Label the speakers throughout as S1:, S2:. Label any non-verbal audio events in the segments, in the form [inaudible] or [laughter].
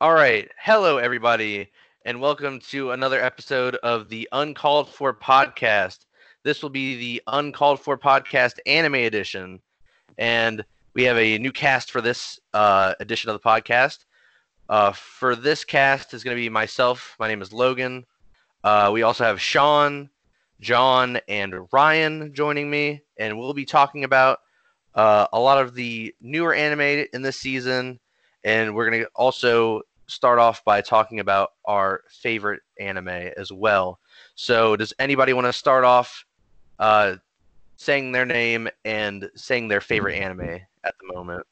S1: All right. Hello, everybody, and welcome to another episode of the Uncalled For Podcast. This will be the Uncalled For Podcast Anime Edition, and we have a new cast for this uh, edition of the podcast. Uh, for this cast is going to be myself. My name is Logan. Uh, we also have Sean, John, and Ryan joining me, and we'll be talking about uh, a lot of the newer anime in this season, and we're going to also start off by talking about our favorite anime as well. So, does anybody want to start off uh, saying their name and saying their favorite anime at the moment?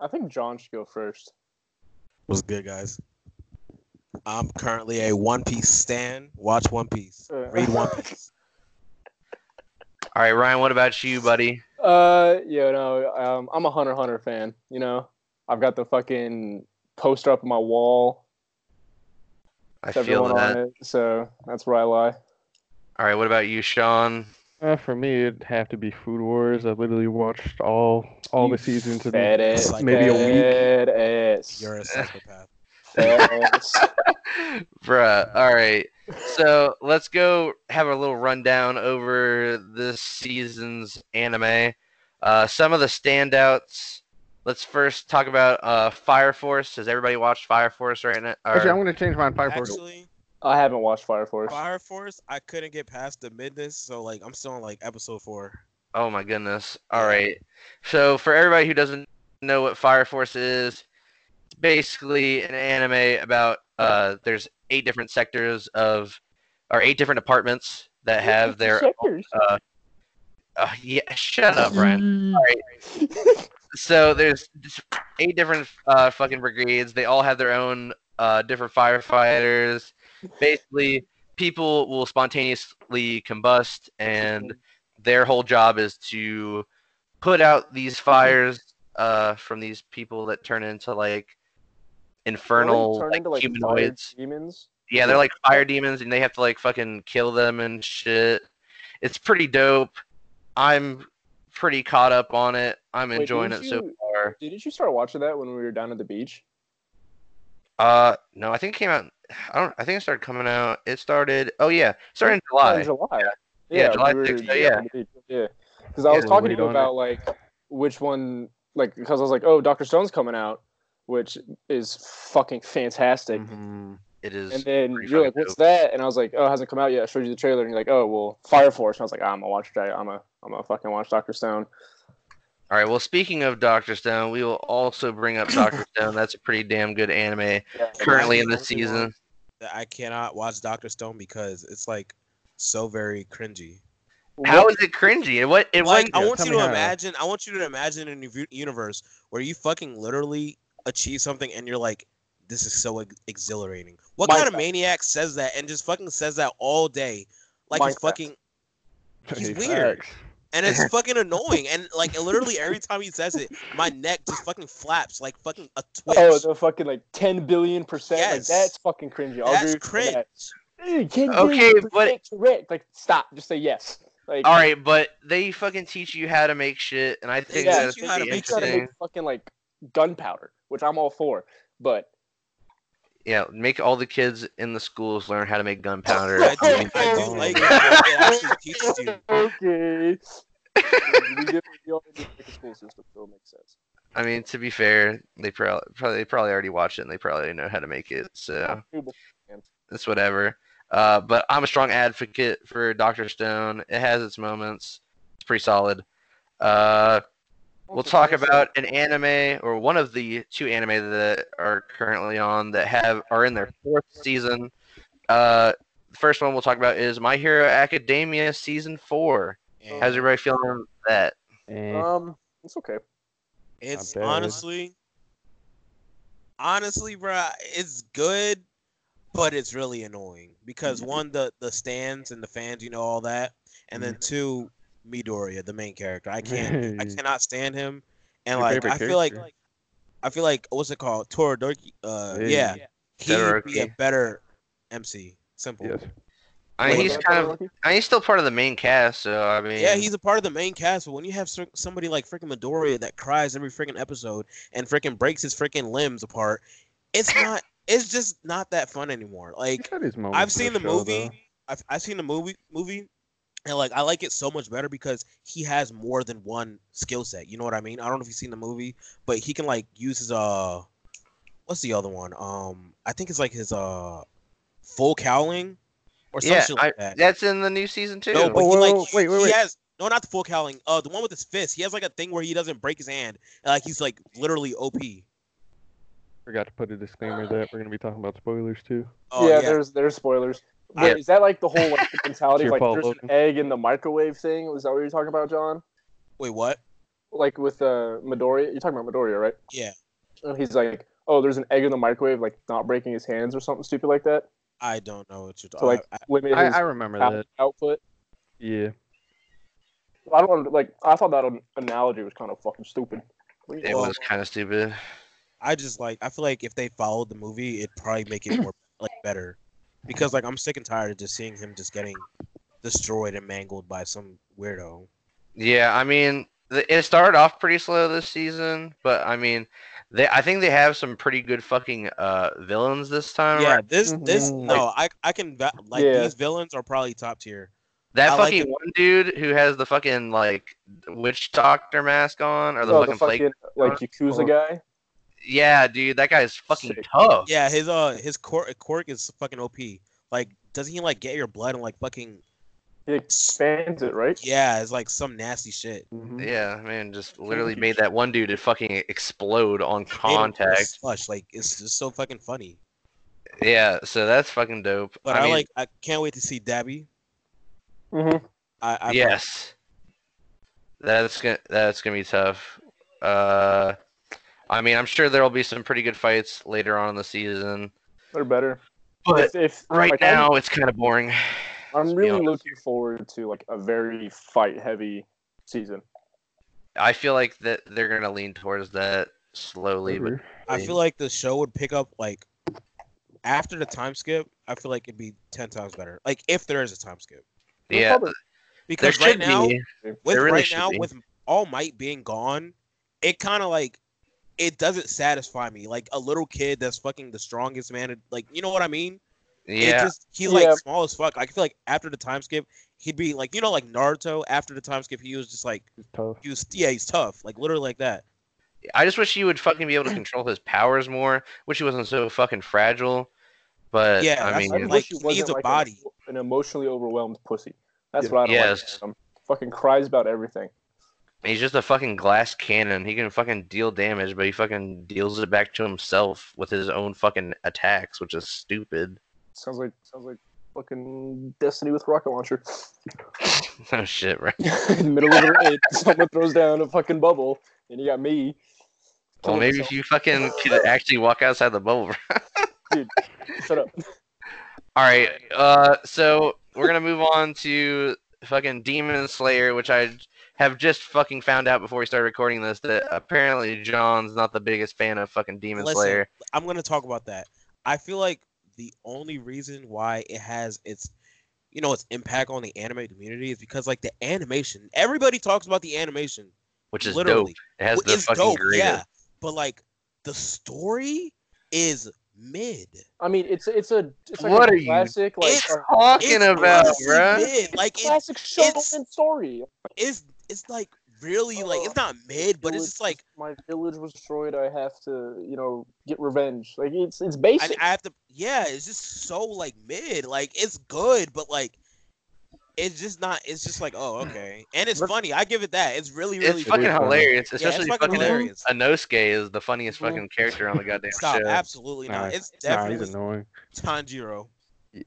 S2: I think John should go first.
S3: What's good, guys? I'm currently a One Piece stan. Watch One Piece.
S2: Uh,
S3: Read One Piece.
S1: All right, Ryan, what about you, buddy?
S2: Uh, yeah, no, um, I'm a Hunter x Hunter fan. You know, I've got the fucking poster up on my wall.
S1: I
S2: with
S1: feel
S2: everyone
S1: that.
S2: on it, so that's where I lie.
S1: All right, what about you, Sean?
S4: Uh, for me, it'd have to be Food Wars. I literally watched all all the seasons in
S2: Fat ass,
S3: It's maybe a
S4: week.
S2: Fat ass.
S3: You're a psychopath.
S2: Fat ass.
S1: Bruh, all right. So let's go have a little rundown over this season's anime. Uh, some of the standouts. Let's first talk about uh, Fire Force. Has everybody watched Fire Force right now? Or-
S4: Actually, I'm gonna change mine. Fire Force.
S3: Actually,
S2: I haven't watched Fire Force.
S3: Fire Force, I couldn't get past the midness, so like I'm still on like episode four.
S1: Oh my goodness. All right. So for everybody who doesn't know what Fire Force is, it's basically an anime about uh there's eight different sectors of or eight different departments that have their
S2: Checkers.
S1: uh, yeah, shut up, Ryan. So there's just eight different uh, fucking brigades. They all have their own uh, different firefighters. Basically, people will spontaneously combust, and their whole job is to put out these fires uh, from these people that turn into like infernal
S2: Turn
S1: like,
S2: into, like, fire
S1: humanoids.
S2: Demons.
S1: Yeah, they're like fire demons, and they have to like fucking kill them and shit. It's pretty dope. I'm pretty caught up on it. I'm
S2: Wait,
S1: enjoying it
S2: didn't
S1: so
S2: you-
S1: far.
S2: Didn't you start watching that when we were down at the beach?
S1: Uh, no, I think it came out. I don't. I think it started coming out. It started. Oh yeah, it started in
S2: Oh, in
S1: July.
S2: July.
S1: Yeah, July
S2: we
S1: 6th,
S2: were-
S1: yeah.
S2: on the beach, Yeah. Because I
S1: Yeah,
S2: was
S4: we
S2: talking to
S4: waited
S2: you
S4: on
S2: about like which one, like because I was like, oh, Doctor Stone's coming out, which is fucking fantastic.
S4: Mhm.
S1: It
S2: And
S1: Mm-hmm. is.
S2: then
S1: pretty
S2: you're like,
S1: fucking
S2: what's
S1: dope.
S2: that? And I was like, oh, it hasn't come out yet. I showed you the trailer, and you're like, oh, well, Fire Force. And I was like, "Ah, I'm gonna watch that. I'm a, I'm gonna fucking watch Doctor Stone.
S1: All right. Well, speaking of Doctor Stone, we will also bring up Doctor Stone. That's a pretty damn good anime
S2: Yeah.
S1: currently
S3: the
S1: in this
S3: only one?
S1: season.
S3: That I cannot watch Doctor Stone because it's like so very cringy.
S1: How is it cringy? And what? It
S3: like
S1: what?
S3: I want
S4: Tell
S3: you
S4: me
S3: to
S4: how.
S3: imagine. I want you to imagine a new universe where you fucking literally achieve something, and you're like, "This is so ex- exhilarating." What kind of
S2: Minecraft.
S3: maniac says that and just fucking says that all day? Like it's
S2: Minecraft.
S3: fucking He's
S4: Hey,
S3: weird.
S4: facts.
S3: and
S2: [laughs]
S3: it's fucking annoying. And like literally every time he says it, my neck just fucking flaps like fucking a twitch.
S2: [laughs] Oh, the fucking like 10 billion percent.
S3: Yes.
S2: Like, that's fucking cringy. I'll
S3: That's
S2: agree with you on
S3: cringe.
S2: [laughs] that. Hey, 10
S1: Okay,
S2: billion
S1: but-
S2: percent correct. Like, stop. Just say yes. Like,
S1: All right, but they fucking teach you how to make shit, and I think
S3: teach
S1: that's
S3: you how to
S1: pretty
S2: They
S3: make
S2: try to
S1: interesting.
S2: make fucking like gunpowder, which I'm all for. But
S1: Yeah, make all the kids in the schools learn how to make
S3: [laughs]
S1: gunpowder.
S3: I
S1: I
S3: do, I do
S4: Oh.
S3: like it. It actually teaches you.
S2: [laughs] [laughs] okay. we get- we all need to make a school system, so it makes sense.
S1: mean, to be fair, they probably, probably they probably already watched it and they probably know how to make it, so it's whatever. Uh, but I'm a strong advocate for Doctor Stone. It has its moments. It's pretty solid. Uh, we'll talk about an anime or one of the two anime that are currently on that have are in their fourth season. Uh, the first one we'll talk about is My Hero Academia season four.
S3: And
S1: How's everybody feeling about that?
S4: Eh.
S2: Um, it's okay.
S3: It's
S4: Not bad.
S3: honestly, honestly, bruh, it's good, but it's really annoying
S4: Mm-hmm.
S3: because one, the the stands and the fans, you know, all that, and then
S4: Mm-hmm.
S3: two, Midoriya, the main character. I
S4: [laughs]
S3: can't, I
S4: Hey.
S3: cannot stand him, and
S4: Your
S3: like I
S4: favorite
S3: feel like,
S4: character.
S3: I feel like what's it called, Toradorki? Uh,
S4: Hey.
S3: yeah, he would be a
S1: Todoroki.
S3: better MC. Simple.
S4: Yes.
S1: I mean, he's kind of. I mean, he's still part of the main cast, so I mean.
S3: Yeah, he's a part of the main cast, but when you have cer- somebody like freaking Midoriya that cries every freaking episode and freaking breaks his freaking limbs apart,
S1: [laughs]
S3: it's not. it's just not that fun anymore. Like
S1: Oh,
S3: I've seen the movie. I've, I've seen the movie movie, and like I like it so much better because he has more than one skill set. You know what I mean? I don't know if you've seen the movie, but he can like use his uh, what's the other one? Um, I think it's like his uh, full cowling, or
S1: yeah,
S3: something
S1: I,
S3: like that.
S1: that's in the new season too.
S3: No, but
S4: Oh,
S3: he,
S4: wait,
S3: like,
S4: wait, wait,
S3: he
S4: wait.
S3: has no, not the full cowling. Uh, the one with his fist. He has like a thing where he doesn't break his hand. and, like he's like literally OP.
S4: Forgot to put a disclaimer that we're gonna be talking about spoilers too.
S3: Oh
S2: yeah,
S3: yeah,
S2: there's there's spoilers.
S1: I-
S2: Wait, is that like the
S1: [laughs]
S2: whole like, mentality? of,
S4: It's your
S2: like
S4: fault,
S2: there's
S4: Logan.
S2: an egg in the microwave thing. Was that what you were talking about, John?
S3: Wait, what?
S2: Like with uh, Midoriya? You're talking about Midoriya, right?
S3: Yeah,
S2: And he's like, oh, there's an egg in the microwave, like not breaking his hands or something stupid like that
S3: I don't know what you're
S2: to
S3: talking.
S2: like
S3: about. Uh, I,
S2: limit
S4: I,
S2: his
S4: I remember
S2: out-
S4: that.
S2: output.
S4: Yeah.
S2: I don't under- like. I thought that an- analogy was kind of fucking stupid.
S1: it was kind of stupid.
S3: I just like I feel like if they followed the movie, it'd probably make it more like better, because like I'm sick and tired of just seeing him just getting destroyed and mangled by some weirdo.
S1: Yeah, I mean, the, it started off pretty slow this season, but I mean, they I think they have some pretty good fucking uh villains this time.
S3: Yeah,
S1: around.
S3: this this
S2: Mhm.
S3: no, I I can va- like
S2: Yeah.
S3: these villains are probably top tier.
S1: that
S3: I like
S1: fucking
S3: it.
S1: one dude who has the fucking like witch doctor mask on, or the
S2: Oh,
S1: fucking Uh-huh. plague.
S2: like Yakuza
S4: Or-
S2: guy.
S1: Yeah, dude, that guy's fucking
S2: Sick.
S1: tough.
S3: Yeah, his uh his quirk, quirk is fucking OP. Like doesn't he like get your blood and like fucking
S2: He expands it, right?
S3: yeah, it's like some nasty shit.
S4: Mhm.
S1: Yeah, man, just literally
S4: you.
S1: made that one dude to fucking explode on
S3: Made him
S1: contact.
S3: slush like it's just so fucking funny.
S1: Yeah, so that's fucking dope.
S3: But
S1: I,
S3: I,
S1: mean,
S3: like I can't wait to see Dabby.
S2: Mm-hmm.
S3: I, I
S1: yes, that's gonna that's gonna be tough. Uh, I mean, I'm sure there will be some pretty good fights later on in the season,
S2: They're better.
S1: but
S2: if, if,
S1: right
S2: like, I'm-
S1: now it's kind of boring.
S2: I'm,
S1: be
S2: really
S1: honest.
S2: looking forward to like a very fight-heavy season.
S1: I feel like that they're gonna lean towards that slowly,
S2: Mhm.
S1: but
S4: Whatever.
S3: I feel like the show would pick up like after the time skip. I feel like it'd be ten times better. Like if there is a time skip,
S2: They'll
S1: yeah,
S2: probably-
S1: there
S3: because
S1: should
S3: right now
S1: be.
S3: with
S1: there really
S3: right
S1: should
S3: now
S1: be.
S3: with All Might being gone, it kind of like it doesn't satisfy me. Like a little kid that's fucking the strongest man. Like you know what I mean? It
S1: Yeah,
S3: just, he's like
S2: Yeah.
S3: small as fuck. I feel like after the time skip, he'd be like you know like Naruto. After the time skip, he was just like
S4: It's tough.
S3: he was yeah he's tough like literally like that.
S1: I just wish he would fucking be able to control his powers more. Wish he wasn't so fucking fragile. But
S3: Yeah,
S1: I
S3: that's
S1: mean,
S2: I
S3: like,
S2: wish
S3: he
S2: he wasn't
S3: needs a
S2: like
S3: body.
S2: an emotionally overwhelmed pussy. That's
S4: Yeah.
S2: what I don't
S1: Yes.
S2: like. about him. Fucking cries about everything.
S1: He's just a fucking glass cannon. He can fucking deal damage, but he fucking deals it back to himself with his own fucking attacks, which is stupid. [laughs]
S2: Sounds like sounds like fucking Destiny with rocket launcher. [laughs]
S1: oh shit, right?
S2: In the middle of the raid, [laughs] someone throws down a fucking bubble, and you got me.
S1: Well,
S2: killing
S1: maybe if you fucking could actually walk outside the bubble.
S2: myself. shut up.
S1: [laughs] All right. Uh, so we're gonna move on to fucking Demon Slayer, which I have just fucking found out before we started recording this that apparently John's not the biggest fan of fucking Demon
S3: Listen,
S1: Slayer.
S3: I'm gonna talk about that. I feel like the only reason why it has its you know its impact on the anime community is because like the animation. Everybody talks about the animation.
S1: which is
S3: literally.
S1: dope. It has
S3: Wh-
S1: the
S3: it's
S1: fucking
S3: dope,
S1: greatest.
S3: yeah. But like the story is mid.
S2: I mean, it's it's a it's like
S1: What
S2: a
S1: are you-
S2: classic like
S3: It's-
S2: uh,
S1: Talking
S3: it's
S1: about,
S3: honestly
S1: bruh.
S3: mid. Like it,
S2: classic
S3: it's-
S2: Shonen story.
S3: it's it's like really like it's not mid, but it's just like
S2: my village was destroyed. I have to, you know, get revenge. Like it's it's
S3: I,
S2: basic.
S3: I have to yeah, it's just so like mid. Like it's good, but like it's just not it's just like oh okay. And it's funny. I give it that. It's really really
S1: it's
S3: funny.
S1: fucking
S4: funny.
S1: hilarious,
S3: it's
S1: especially
S3: fucking
S1: fucking,
S3: hilarious.
S1: Anosuke is the funniest
S2: Mhm.
S1: fucking character
S3: [laughs]
S1: on the goddamn
S3: Stop!
S1: show.
S3: Absolutely not.
S4: Nah,
S3: It's
S4: Nah, he's
S3: definitely
S4: annoying.
S3: Tanjiro.
S4: Yeah.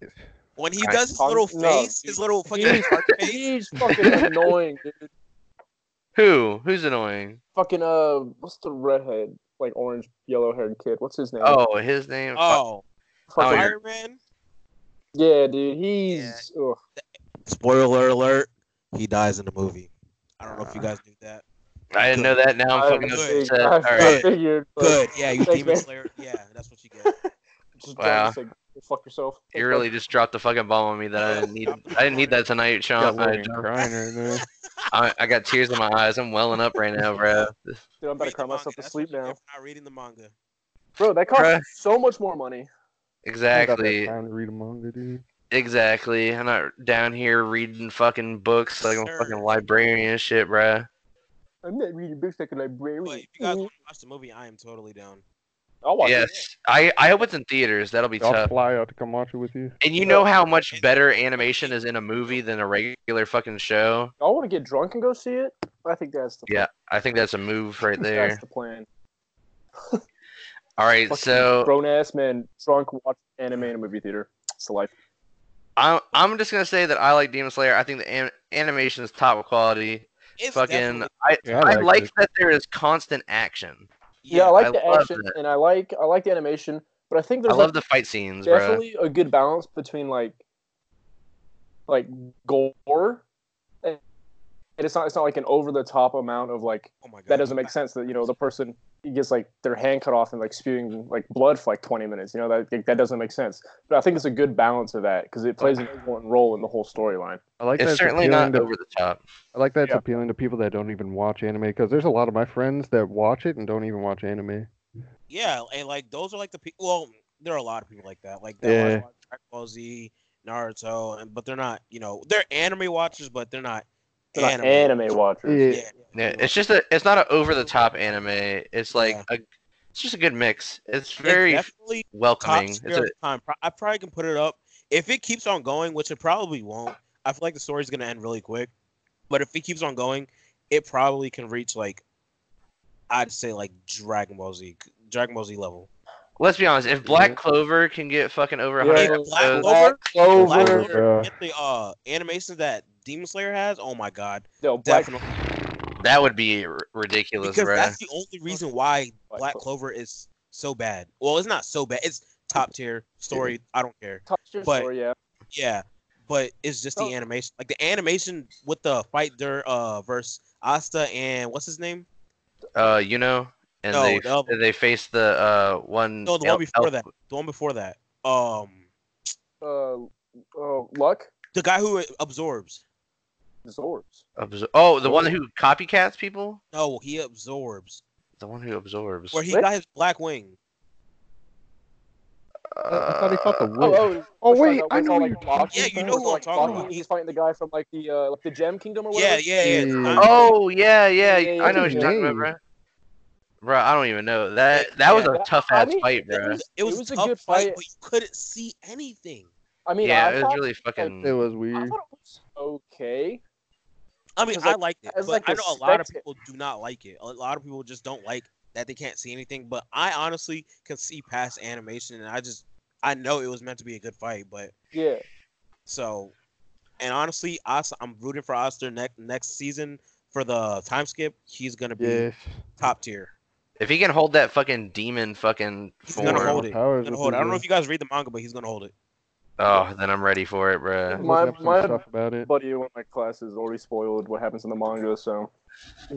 S3: When he
S1: Alright.
S3: does his
S2: Tan-
S3: little
S2: no,
S3: face,
S2: dude.
S3: his little fucking [laughs]
S2: He's-
S3: heart face.
S2: He's fucking annoying, dude.
S1: Who? Who's annoying?
S2: Fucking uh, what's the redhead, like orange, yellow-haired kid? What's his name?
S1: Oh, his name. fuck. Oh,
S3: Oh,
S2: Fucking-
S1: you're-
S3: Iron Man.
S2: yeah, dude. He's ugh.
S3: Spoiler alert: He dies in the movie. I don't know if you guys knew that.
S1: I didn't know that. Now I'm
S2: I
S1: fucking
S3: good.
S1: upset.
S2: I,
S1: All
S2: I
S1: right.
S2: figured. but
S3: Good. Yeah, you
S2: Thanks,
S3: demon
S2: man.
S3: slayer. Yeah, that's what you get.
S2: just
S1: Wow.
S2: trying to say- fuck yourself.
S1: You really just dropped the fucking bomb on me that I didn't need. I didn't need that tonight,
S4: Got
S1: Sean. I,
S4: Logan crying right now.
S1: I, I got tears in my eyes. I'm welling up right now, bro.
S2: Dude, I'm about to
S3: Read the
S2: cry
S3: manga.
S2: myself to
S3: That's
S2: sleep
S3: what you get
S2: now.
S3: for Not reading the manga.
S2: Bro, that costs
S1: Bruh.
S2: so much more money.
S4: I got that
S1: Exactly,
S4: Time to read a manga, dude.
S1: exactly. I'm not down here reading fucking books like I'm a
S3: Sir.
S1: fucking librarian and shit, bro.
S2: I'm not reading books like a librarian.
S3: But if you guys want to watch the movie, I am totally down.
S2: I'll watch it.
S1: Yes, I I hope it's in theaters. That'll be
S4: I'll
S1: tough.
S4: fly out to come watch it with you.
S1: And you know how much better animation is in a movie than a regular fucking show.
S2: I want to get drunk and go see it. I think that's the
S1: Yeah, I think that's a move right there.
S2: That's the plan.
S1: All right, so
S2: grown ass man, drunk, watch anime in a movie theater. It's the life.
S1: I'm I'm just gonna say that I like Demon Slayer. I think the an- animation is top quality.
S3: It's
S1: Fucking,
S3: definitely-
S1: I
S4: Yeah,
S1: I
S4: liked
S1: like
S4: it.
S1: that there is constant action.
S2: Yeah, I like
S1: I
S2: the
S1: love
S2: action
S1: that.
S2: and I like I like the animation, but I think
S1: I
S2: there's
S1: love
S2: like
S1: the fight scenes, bro.
S2: definitely a good balance between like like gore and and it's not it's not like an over the top amount of like
S3: oh my god,
S2: that doesn't make sense that you know the person gets like their hand cut off and like spewing like blood for like 20 minutes you know that like, that doesn't make sense but i think it's a good balance of that because it plays an important role in the whole storyline
S4: I like that.
S1: It's
S4: it's
S1: certainly
S4: appealing
S1: not
S4: to-
S1: over the top.
S4: I like that it's
S2: Yeah.
S4: appealing to people that don't even watch anime because there's a lot of my friends that watch it and don't even watch anime.
S3: Yeah, and like those are like the people. Well, there are a lot of people like that. Like that
S4: Yeah.
S3: watch Dragon Ball Z, Naruto, and but they're not. You know, they're anime watchers, but they're not.
S2: They're not anime watchers
S4: Yeah.
S3: Yeah,
S1: Yeah, it's just a it's not an over the top anime. It's like
S3: Yeah.
S1: a it's just a good mix. It's
S3: It's
S1: very
S3: definitely top
S1: welcoming. It's
S3: tier
S1: a,
S3: of time. Pro- I probably can put it up if it keeps on going, which it probably won't. I feel like the story's gonna end really quick, but if it keeps on going, it probably can reach like I'd say like Dragon Ball Z, Dragon Ball Z level.
S1: let's be honest. If Black
S4: Yeah.
S1: Clover can get fucking over
S2: Yeah,
S1: 100
S3: Black
S1: episodes,
S3: Clover-
S2: Black Clover.
S3: Black
S4: Over,
S3: Clover,
S4: uh,
S3: get the uh, animation that Demon Slayer has. Oh my god,
S2: No, Black
S3: definitely
S1: that would be r- ridiculous,
S3: because
S1: bro.
S3: that's the only reason why
S2: Black
S3: Black Clover is so bad. Well, it's not so bad. It's top tier story. I don't care.
S2: touched your
S3: but-
S2: story, yeah.
S3: Yeah, but it's just
S2: Oh.
S3: the animation. Like the animation with the fight there uh versus Asta and what's his name?
S1: Uh, you know, and
S3: No,
S1: they
S3: the other-
S1: they face the uh one.
S3: No, the
S1: el-
S3: one before
S1: el-
S3: that. The one before that. Um
S2: Uh, uh, Luck
S3: the guy who absorbs.
S2: Zorbs.
S1: absor- oh, the one who copycats people.
S3: No, he absorbs.
S1: The one who absorbs.
S3: Where he
S2: What?
S3: got his black wing.
S4: I thought he fought the
S1: Uh,
S4: witch.
S2: oh
S4: wait, I know
S2: like,
S4: you're talking
S2: boxing
S3: Yeah, you
S2: thing,
S3: know
S2: where
S3: who
S2: they're,
S3: I'm
S2: like,
S3: talking
S2: boxing,
S3: about.
S2: He's fighting the guy from like the uh, like the Gem Kingdom or
S3: Yeah,
S2: whatever.
S3: yeah, yeah. it's
S4: Yeah.
S3: not-
S1: Oh yeah, yeah.
S2: Yeah, yeah,
S1: I know what
S4: yeah.
S1: you're talking about,
S4: Name.
S1: bro. Bro, I don't even know that. That was
S2: Yeah,
S1: a
S2: that-
S1: tough
S2: I
S1: ass
S2: mean,
S1: fight,
S3: it
S1: bro.
S3: was, it was, a tough good fight, but you couldn't see anything.
S2: I mean,
S1: Yeah,
S2: I,
S1: it was
S2: thought,
S1: really
S4: It
S1: fucking.
S4: was
S2: I
S4: weird.
S2: thought it was okay.
S3: I mean,
S2: As
S3: I
S2: like-
S3: liked it,
S2: as
S3: but
S2: like
S3: I
S2: a
S3: know a lot of
S2: spectator.
S3: people do not like it. A lot of people just don't like that they can't see anything. But I honestly can see past animation, and I just I know it was meant to be a good fight, but
S2: Yeah,
S3: so and honestly, Os- I'm rooting for Oster next next season for the time skip. He's gonna be
S4: Yes.
S3: top tier.
S1: If he can hold that fucking demon fucking
S3: He's
S1: form,
S3: gonna hold it. He's
S4: Powers
S3: Gonna
S4: with
S3: hold. it. I
S4: his,
S3: don't know
S4: uh,
S3: if you guys read the manga, but he's gonna hold it.
S1: oh, then I'm ready for it,
S4: I was
S1: bro.
S4: looking
S2: My-
S4: up some
S2: my-
S4: stuff about it.
S2: buddy in one of my classes already spoiled what happens in the manga, so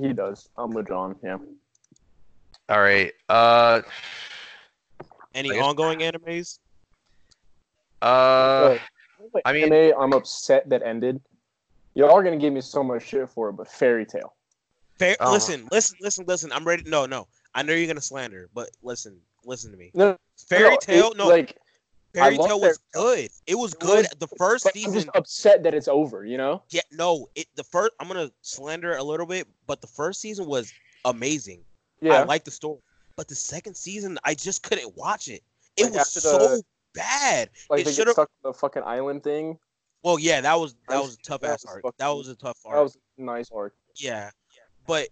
S2: he does. I'm with John. Yeah.
S1: All right. Uh,
S3: Any
S1: I guess-
S3: ongoing animes?
S1: uh, I mean-
S2: anime, I'm upset that ended. Y'all are gonna give me so much shit for it, but Fairy Tale.
S3: Fair,
S1: Oh.
S3: Listen, listen, listen, listen. I'm ready. No, no. I know you're gonna slander, but listen, listen to me.
S2: No, no,
S3: Fairy
S2: it-
S3: Tale, no.
S2: like
S3: Fairy
S2: I love
S3: Tale was
S2: Fairy
S3: good. It was
S2: It
S3: good
S2: was,
S3: the first
S2: but I'm
S3: season.
S2: just upset that it's over. You know.
S3: Yeah, no, it the first. I'm gonna slander it a little bit, but the first season was amazing. I liked the story, but the second season, I just couldn't watch it. It
S2: Like,
S3: was
S2: after
S3: so
S2: the-
S3: bad.
S2: like
S3: it
S2: they get
S3: should've-
S2: stuck on the fucking island thing.
S3: Well, yeah, that was that
S2: That
S3: was a tough
S2: that
S3: ass
S2: was
S3: arc.
S2: fucking-
S3: That was a tough arc.
S2: That was a nice arc.
S3: yeah, but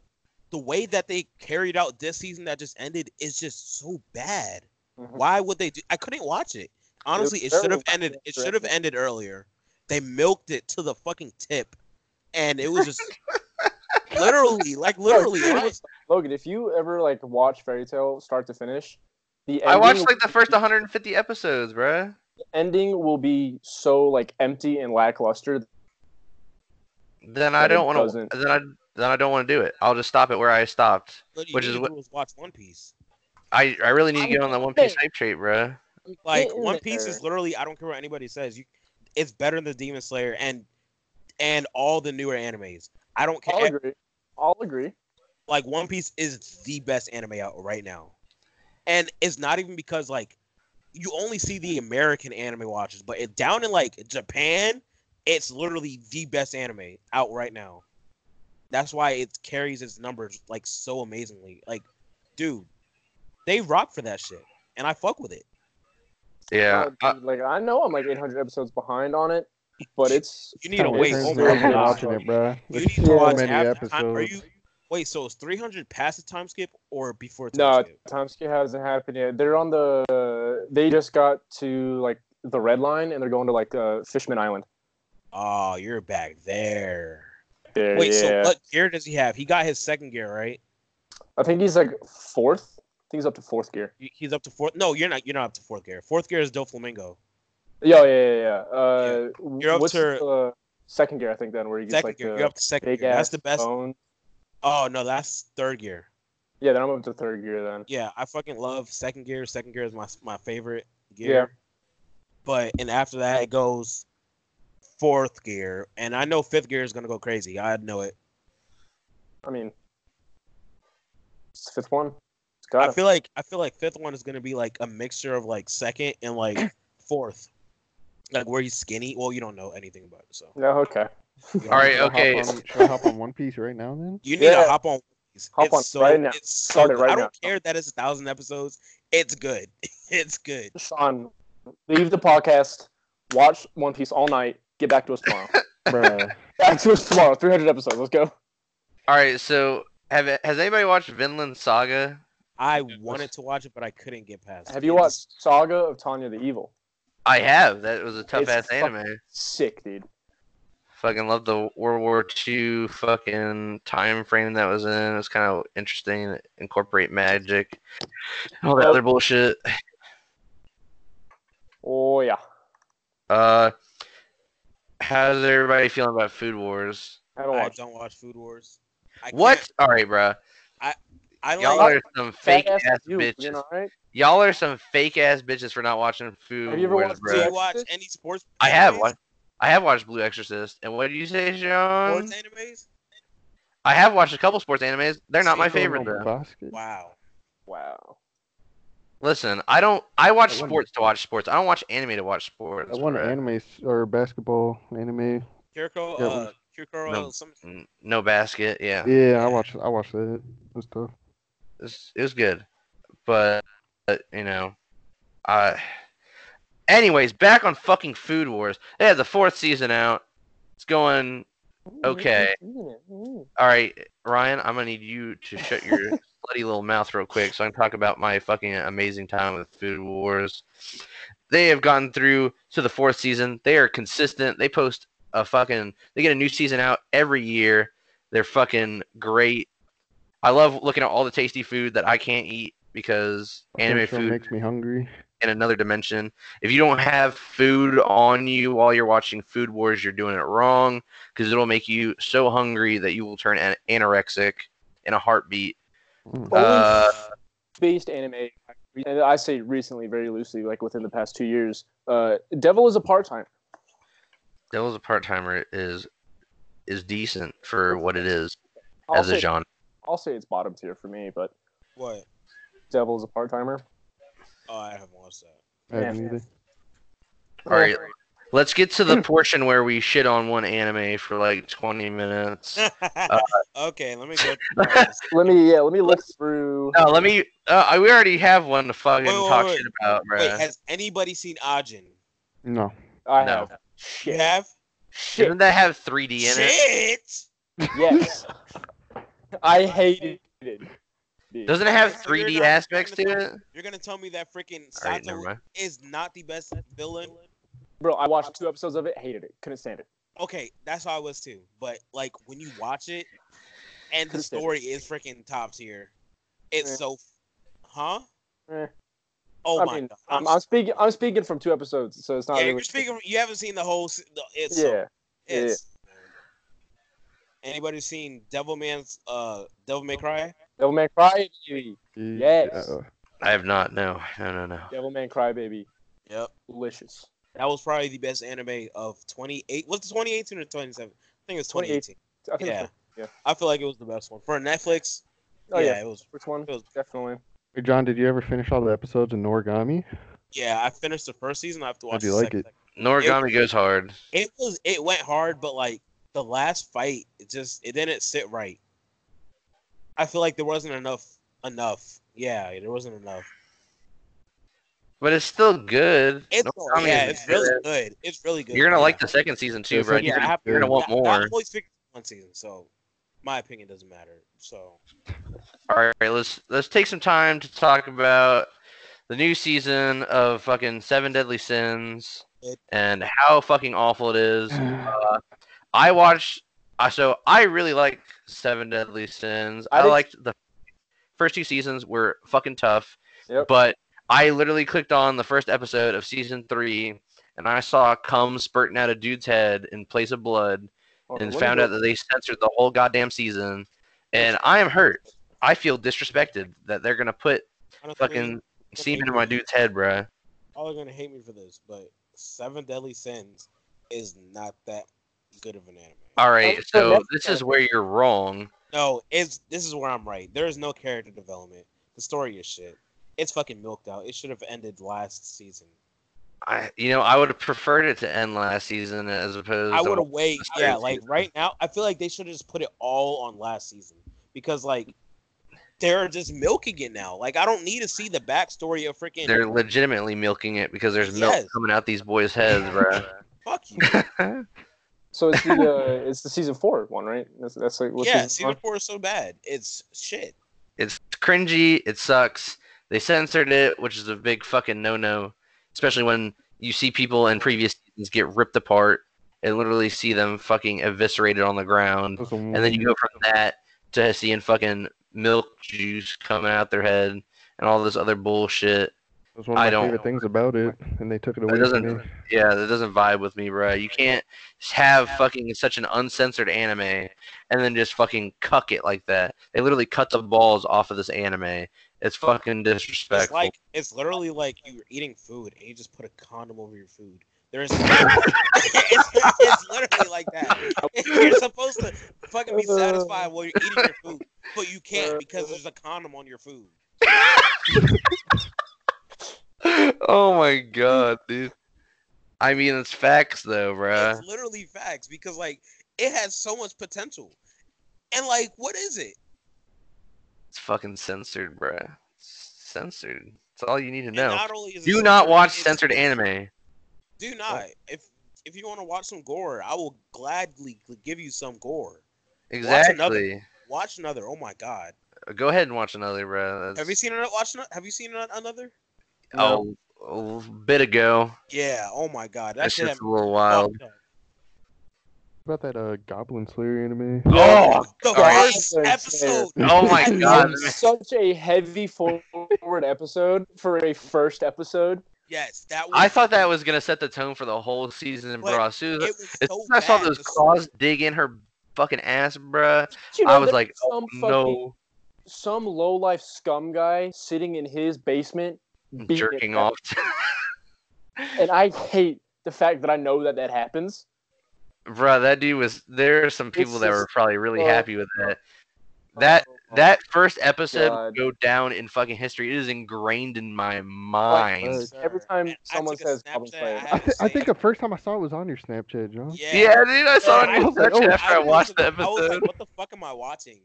S3: the way that they carried out this season that just ended is just so bad. Why would they do? I couldn't watch Mm-hmm. it. Honestly, it
S2: very
S3: should have
S2: well
S3: ended. It should have
S2: directed.
S3: ended earlier. They milked it to the fucking tip, and it [laughs] was just literally, like literally. I was-
S2: Logan, if you ever like watch Fairy Tale start to finish, the
S1: I
S2: ending,
S1: watched like the first 150 episodes, bro.
S2: ending will be so like empty and lackluster.
S1: Then I
S2: But it
S1: don't want
S2: doesn't.
S1: to. Then I then I don't want to do it. I'll just stop it where I stopped.
S3: what you
S1: Which
S3: need
S1: is
S3: to
S1: what-
S3: do is watch One Piece.
S1: I I really need to
S2: I'm
S1: get on the One
S2: saying-
S1: Piece hype train, bro.
S3: Like
S5: Get in
S3: One Piece
S5: there.
S3: is literally I don't care what anybody says. You, it's better than Demon Slayer and and all the newer animes. I don't
S2: I'll
S3: care.
S2: agree. I'll agree.
S3: like One Piece is the best anime out right now. And it's not even because like you only see the American anime watchers, but it, down in like Japan, it's literally the best anime out right now. That's why it carries its numbers like so amazingly. Like, dude, they rock for that shit, and I fuck with it.
S1: Yeah.
S2: Oh, dude, like I know I'm like 800 episodes behind on it, but it's
S3: You need to
S4: Kinda
S3: wait.
S4: turns
S3: Oh
S4: into
S3: my
S4: I'm
S3: god,
S4: watching it, bro.
S3: you
S4: It's
S3: need to
S4: so
S3: watch
S4: many
S3: after time- Are
S4: episodes.
S3: you wait? So it's 300 past the time skip or before time
S2: no
S3: skip?
S2: time skip hasn't happened yet. They're on the they just got to like the red line and they're going to like uh, Fishman Island.
S3: Oh, you're back there.
S2: There,
S3: Wait, so
S2: yeah.
S3: what gear does he have? He got his second gear, right?
S2: I think he's like fourth. I think he's up to fourth gear.
S3: He- He's up to fourth. No, you're not. You're not up to fourth gear. Fourth gear is Doflamingo.
S2: Yeah, yeah, yeah, yeah. Uh,
S3: You're up
S2: what's
S3: to-
S2: the second gear? I think then where he gets
S3: Second
S2: like
S3: gear.
S2: the
S3: You're up to second
S2: big
S3: gear.
S2: ass
S3: That's the best.
S2: bone.
S3: Oh no, that's third gear.
S2: Yeah, then I'm up to third gear then.
S3: Yeah, I fucking love second gear. Second gear is my my favorite gear. But and after that it goes fourth gear, and I know fifth gear is gonna go crazy. I know it.
S2: I mean, it's the fifth one. It's got
S3: I feel like I feel like fifth one is gonna be like a mixture of like second and like
S2: [clears throat]
S3: fourth, like where he's skinny. Well, you don't know anything about it, so
S2: No, okay.
S3: all
S1: All right,
S4: Should I
S1: okay.
S4: hop on- Should I hop on One Piece right now
S1: [laughs]
S4: then?
S3: You need
S2: Yeah.
S3: to hop on. It's
S2: Hop on
S3: so,
S2: right now.
S3: It's so
S2: Start it
S3: good.
S2: right
S3: I don't
S2: now.
S3: care that it's a thousand episodes. It's good. [laughs] It's good.
S2: Sean, leave the podcast, watch One Piece all night, get back to
S1: [laughs]
S2: us tomorrow.
S4: Bruh.
S2: back to us tomorrow. 300 episodes. Let's go.
S1: All right. uh, So have has anybody watched Vinland Saga?
S3: I wanted to watch it, but I couldn't get past.
S2: Have
S3: it.
S2: you
S3: It's-
S2: watched Saga of Tanya the Evil?
S1: I have. That was a tough ass
S2: It's fucking-
S1: anime.
S2: Sick, dude.
S1: Fucking love the World War II fucking time frame that was in. It was kind of interesting. Incorporate magic, all that other bullshit.
S2: Oh yeah.
S1: Uh, how's everybody feeling about Food Wars?
S2: I haven't
S3: I
S2: watched.
S3: don't watch Food Wars. I
S1: What?
S3: can't-
S1: All right, bruh.
S3: I
S1: Y'all
S3: like.
S1: are some fake
S2: Fat-ass
S1: ass
S2: you,
S1: bitches.
S2: You know, right?
S1: Y'all are some fake ass bitches for not watching Food
S2: Have you ever
S1: Wars,
S2: watched
S1: bro.
S3: Do you
S2: Blue
S3: watch
S2: Exorcist?
S3: any sports?
S1: I have
S3: animes?
S1: watched. I have watched Blue Exorcist, and what did you say, Sean?
S3: sports animes.
S1: I have watched a couple sports animes. They're not my
S3: Same
S1: favorite
S4: Going on
S1: though.
S4: basket?
S3: Wow.
S2: Wow.
S1: Listen, I don't. I watch
S4: I wonder-
S1: sports to watch sports. I don't watch anime to watch sports.
S4: I want
S1: bruh.
S4: an anime s- or basketball anime.
S3: Kiriko,
S4: Yeah,
S3: uh, Kiriko,
S1: No.
S3: some,
S1: N- No basket. Yeah,
S4: Yeah, I watched. I watched that. That's tough.
S1: It's, it was good, but, but you know, I. Anyways, back on fucking Food Wars. They have the fourth season out. It's going okay. All right, Ryan, I'm gonna need you to shut your slutty little mouth real quick so I can talk about my fucking amazing time with Food Wars. They have gone through to the fourth season. They are consistent. They post a fucking. They get a new season out every year. They're fucking great. I love looking at all the tasty food that I can't eat because anime
S4: That show
S1: food
S4: makes me hungry.
S1: in another dimension. If you don't have food on you while you're watching Food Wars, you're doing it wrong because it'll make you so hungry that you will turn an- anorexic in a heartbeat.
S4: Mm,
S1: Uh,
S2: based anime, and I say recently, very loosely, like within the past two years, uh, Devil is a part time.
S1: Devil's a part timer is is decent for what it is
S2: I'll
S1: as
S2: say,
S1: a genre.
S2: I'll say it's bottom tier for me, but
S3: what?
S2: Devil is a part timer.
S3: Oh, I haven't watched that.
S4: I haven't
S2: yeah.
S4: either.
S1: All right, let's get to the portion where we shit on one anime for like 20
S3: [laughs]
S1: minutes. Uh,
S3: okay, let me go.
S1: [laughs]
S2: Let me, yeah, let me look through.
S1: No, let me. Uh, I- we already have one to fucking
S3: Wait, wait,
S1: talk
S3: wait.
S1: shit about, bruh.
S3: Wait, has anybody seen Ajin?
S4: No.
S2: I
S1: no.
S2: have.
S3: You
S2: Shit.
S3: have?
S1: Doesn't that have 3D in it?
S3: Shit. [laughs]
S2: Yes. I hated it. dude.
S1: Doesn't it have
S3: So you're
S1: 3D
S3: not-
S1: aspects to it?
S3: You're gonna tell me that freaking
S1: All right,
S3: Sato
S1: never mind.
S3: is not the best villain?
S2: Bro, I watched two episodes of it, hated it, couldn't stand it.
S3: Okay, that's how I was too. But like when you watch it, and the
S2: Understand.
S3: story is freaking top tier, it's
S2: Yeah.
S3: so, huh?
S2: Eh.
S3: Oh
S2: I
S3: my
S2: mean,
S3: god!
S2: I'm, I'm speaking. I'm speaking from two episodes, so it's not
S3: yeah,
S2: really.
S3: you're speaking. You haven't seen the whole. se- The, it's so-
S2: yeah. yeah.
S3: it's. Anybody seen Devilman's uh Devil May Cry?
S2: Devil Man Cry Baby.
S4: Ye-
S2: Yes.
S4: uh,
S1: I have not. No, no, no, no.
S2: Devil Man Cry Baby.
S3: Yep.
S2: Delicious.
S3: That was probably the best anime of 28. Was it 2018 or 27? I think it was 2018.
S2: I think
S3: Yeah.
S2: it's- yeah.
S3: I feel like it was the best one. For Netflix,
S2: Oh
S3: yeah,
S2: yeah.
S3: it was.
S2: Which one?
S3: it was-
S2: Definitely.
S4: Hey, John, did you ever finish all the episodes in Norigami?
S3: Yeah, I finished the first season. I have to watch
S4: do you
S3: the
S4: like
S3: second.
S4: it?
S3: Like
S1: Norigami goes hard.
S3: it was it went hard, but like the last fight, it just it didn't sit right. I feel like there wasn't enough enough. Yeah, there wasn't enough.
S1: But it's still good.
S3: It's
S1: Norigami
S3: yeah,
S1: is
S3: it's really good. It's really good.
S1: You're gonna
S3: yeah.
S1: like the second season too,
S4: Yes,
S1: bro.
S4: it's
S1: You're,
S3: Yeah, I
S1: gonna,
S3: have-
S1: you're gonna want
S3: I-
S1: more.
S3: I've always picked one season, so my opinion doesn't matter. So
S1: All right, let's let's take some time to talk about the new season of fucking Seven Deadly Sins
S3: It-
S1: and how fucking awful it is. Uh, I watched. I so I really liked Seven Deadly Sins.
S2: I
S1: I,
S2: did-
S1: liked the first two seasons were fucking tough,
S2: Yep.
S1: but I literally clicked on the first episode of season three and I saw cum spurting out a dude's head in place of blood
S2: Hold on,
S1: and
S2: let me
S1: found
S2: go-
S1: out that they censored the whole goddamn season. And I am hurt. I feel disrespected that they're gonna put
S3: honestly,
S1: fucking semen in my dude's head, bruh.
S3: Y'all are gonna hate me for this, but Seven Deadly Sins is not that good of an anime.
S1: All right,
S2: Okay,
S1: so
S2: that's
S1: this
S2: fair.
S1: is where you're wrong.
S3: No, it's this is where I'm right. There is no character development. The story is shit. It's fucking milked out. It should have ended last season.
S1: I, you know, I would have preferred it to end last season as opposed.
S3: I
S1: to
S3: would have waited.
S1: the
S3: Yeah,
S1: third
S3: like
S1: season.
S3: right now, I feel like they should have just put it all on last season because like they're just milking it now. Like I don't need to see the backstory of freaking.
S1: They're legitimately milking it because there's milk
S3: Yes.
S1: coming out these boys' heads, bruh.
S3: Fuck
S1: [laughs]
S3: you.
S2: So it's the uh, [laughs] it's the season four one, right? That's, that's like what
S3: yeah,
S2: season
S3: season
S2: four?
S3: four is so bad. It's shit.
S1: it's cringy. It sucks. They censored it, which is a big fucking no-no, especially when you see people in previous seasons get ripped apart and literally see them fucking eviscerated on the ground. And then you go from that to seeing fucking milk juice coming out their head and all this other bullshit.
S4: It was one of my
S1: I don't-
S4: favorite things about it, and they took it away
S1: doesn't- [laughs]
S4: from me.
S1: Yeah, that doesn't vibe with me, bro. You can't have fucking such an uncensored anime and then just fucking cuck it like that. They literally cut the balls off of this anime. It's fucking
S3: It's
S1: disrespectful.
S3: like it's literally like you're eating food and you just put a condom over your food.
S1: [laughs]
S3: There is [laughs] it's, it's literally like that. [laughs] You're supposed to fucking be satisfied while you're eating your food, but you can't because there's a condom on your food.
S1: oh my god, dude. I mean, it's facts though, bruh.
S3: It's literally facts because like it has so much potential. And like what is it?
S1: It's fucking censored, bruh. It's censored. It's all you need to
S3: And
S1: know.
S3: not only is it
S1: Do not
S3: censored,
S1: watch
S3: it's-
S1: censored anime.
S3: Do not. If if you want to watch some gore, I will gladly give you some gore. another-
S1: Exactly.
S3: Watch another. Oh my god.
S1: Go ahead and watch another, bruh.
S3: Have you seen another? Watch ano- Have you seen ano- another?
S1: Oh, a bit ago.
S3: Yeah. Oh my god. That
S1: That's
S3: shit.
S1: just a
S3: had me
S1: little wild.
S3: fucked up.
S4: What about that uh, Goblin Slayer anime?
S1: Oh,
S3: the
S1: God.
S3: first episode.
S1: Oh
S3: [laughs]
S1: my
S2: That
S1: god.
S2: is such a heavy forward episode for a first episode.
S3: Yes, that was.
S1: I thought that was gonna set the tone for the whole season,
S3: But
S1: bro. As soon as,
S3: it was
S1: as
S3: so
S1: soon as I saw
S3: bad.
S1: those
S3: The-
S1: claws dig in her fucking ass, bruh,
S2: You
S1: I
S2: know,
S1: was
S2: there's
S1: like, oh,
S2: some fucking-
S1: no,
S2: some low life scum guy sitting in his basement beating
S1: jerking
S2: it.
S1: off.
S2: and I hate the fact that I know that that happens.
S1: [laughs] Bruh, that dude was. There are some people
S2: It's
S1: that
S2: just-
S1: were probably really
S2: oh,
S1: happy with that. That that first episode will
S2: God.
S1: go down in fucking history. It is ingrained in my
S2: Like,
S1: mind.
S2: look, every time
S3: Man, I
S2: someone
S3: took a
S2: says Goblin
S3: Snapchat,
S2: Slayer,
S3: I
S4: I,
S3: had to
S4: th- I
S3: say
S4: think
S3: it.
S4: the first time I saw it was on your Snapchat, John.
S1: [laughs] yeah. dude, I saw it
S3: I
S1: on
S4: was like,
S1: Snapchat
S4: oh,
S1: after I
S3: was
S1: watched the
S3: like- I was
S1: episode.
S3: like, what the fuck am I watching?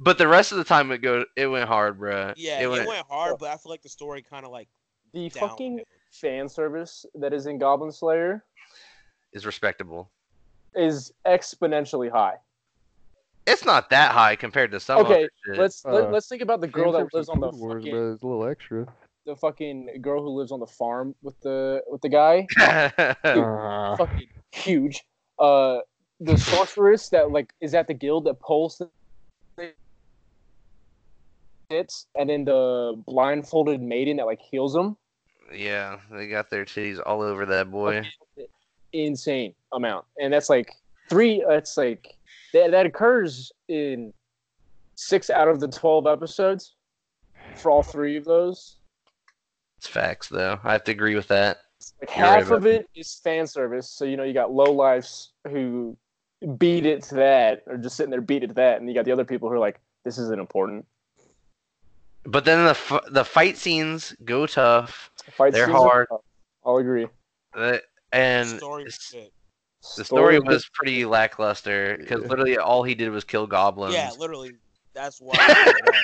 S1: But the rest of the time, it go it went hard, bruh.
S3: Yeah, it went, hard, but I feel like the story kind of like
S2: the
S3: down.
S2: fucking fan service that is in Goblin Slayer
S1: is respectable.
S2: is exponentially high.
S1: It's not that high compared to some
S2: Okay,
S1: other shit.
S2: Let's let,
S4: Uh,
S2: us think about the
S4: Fan
S2: girl that
S4: service
S2: lives
S4: and
S2: on the
S4: Food Wars,
S2: fucking,
S4: but it's a little extra.
S2: the fucking girl who lives on the farm with the with the guy.
S4: Uh,
S2: fucking huge. Uh, the sorceress that like is at the guild that pulls the hits, and then the blindfolded maiden that like heals him.
S1: [laughs] yeah, they got their titties all over that boy.
S2: Insane amount, and that's like three. That's like that that occurs in six out of the twelve episodes for all three of those.
S1: It's facts, though. I have to agree with that.
S2: Like
S1: You're
S2: half
S1: right
S2: of it is fan service. So you know you got low lives who beat it to that, or just sitting there beat it to that, and you got the other people who are like, this isn't important.
S1: But then the f- the fight scenes go tough,
S2: Fight
S1: They're
S2: scenes are
S1: hard.
S2: tough. I'll agree.
S1: uh, and
S3: Story was
S1: s-
S3: shit.
S1: the story was
S2: was
S1: pretty lackluster because
S4: Yeah.
S1: literally all he did was kill goblins. [laughs]
S3: Yeah, literally. That's why.
S2: I mean,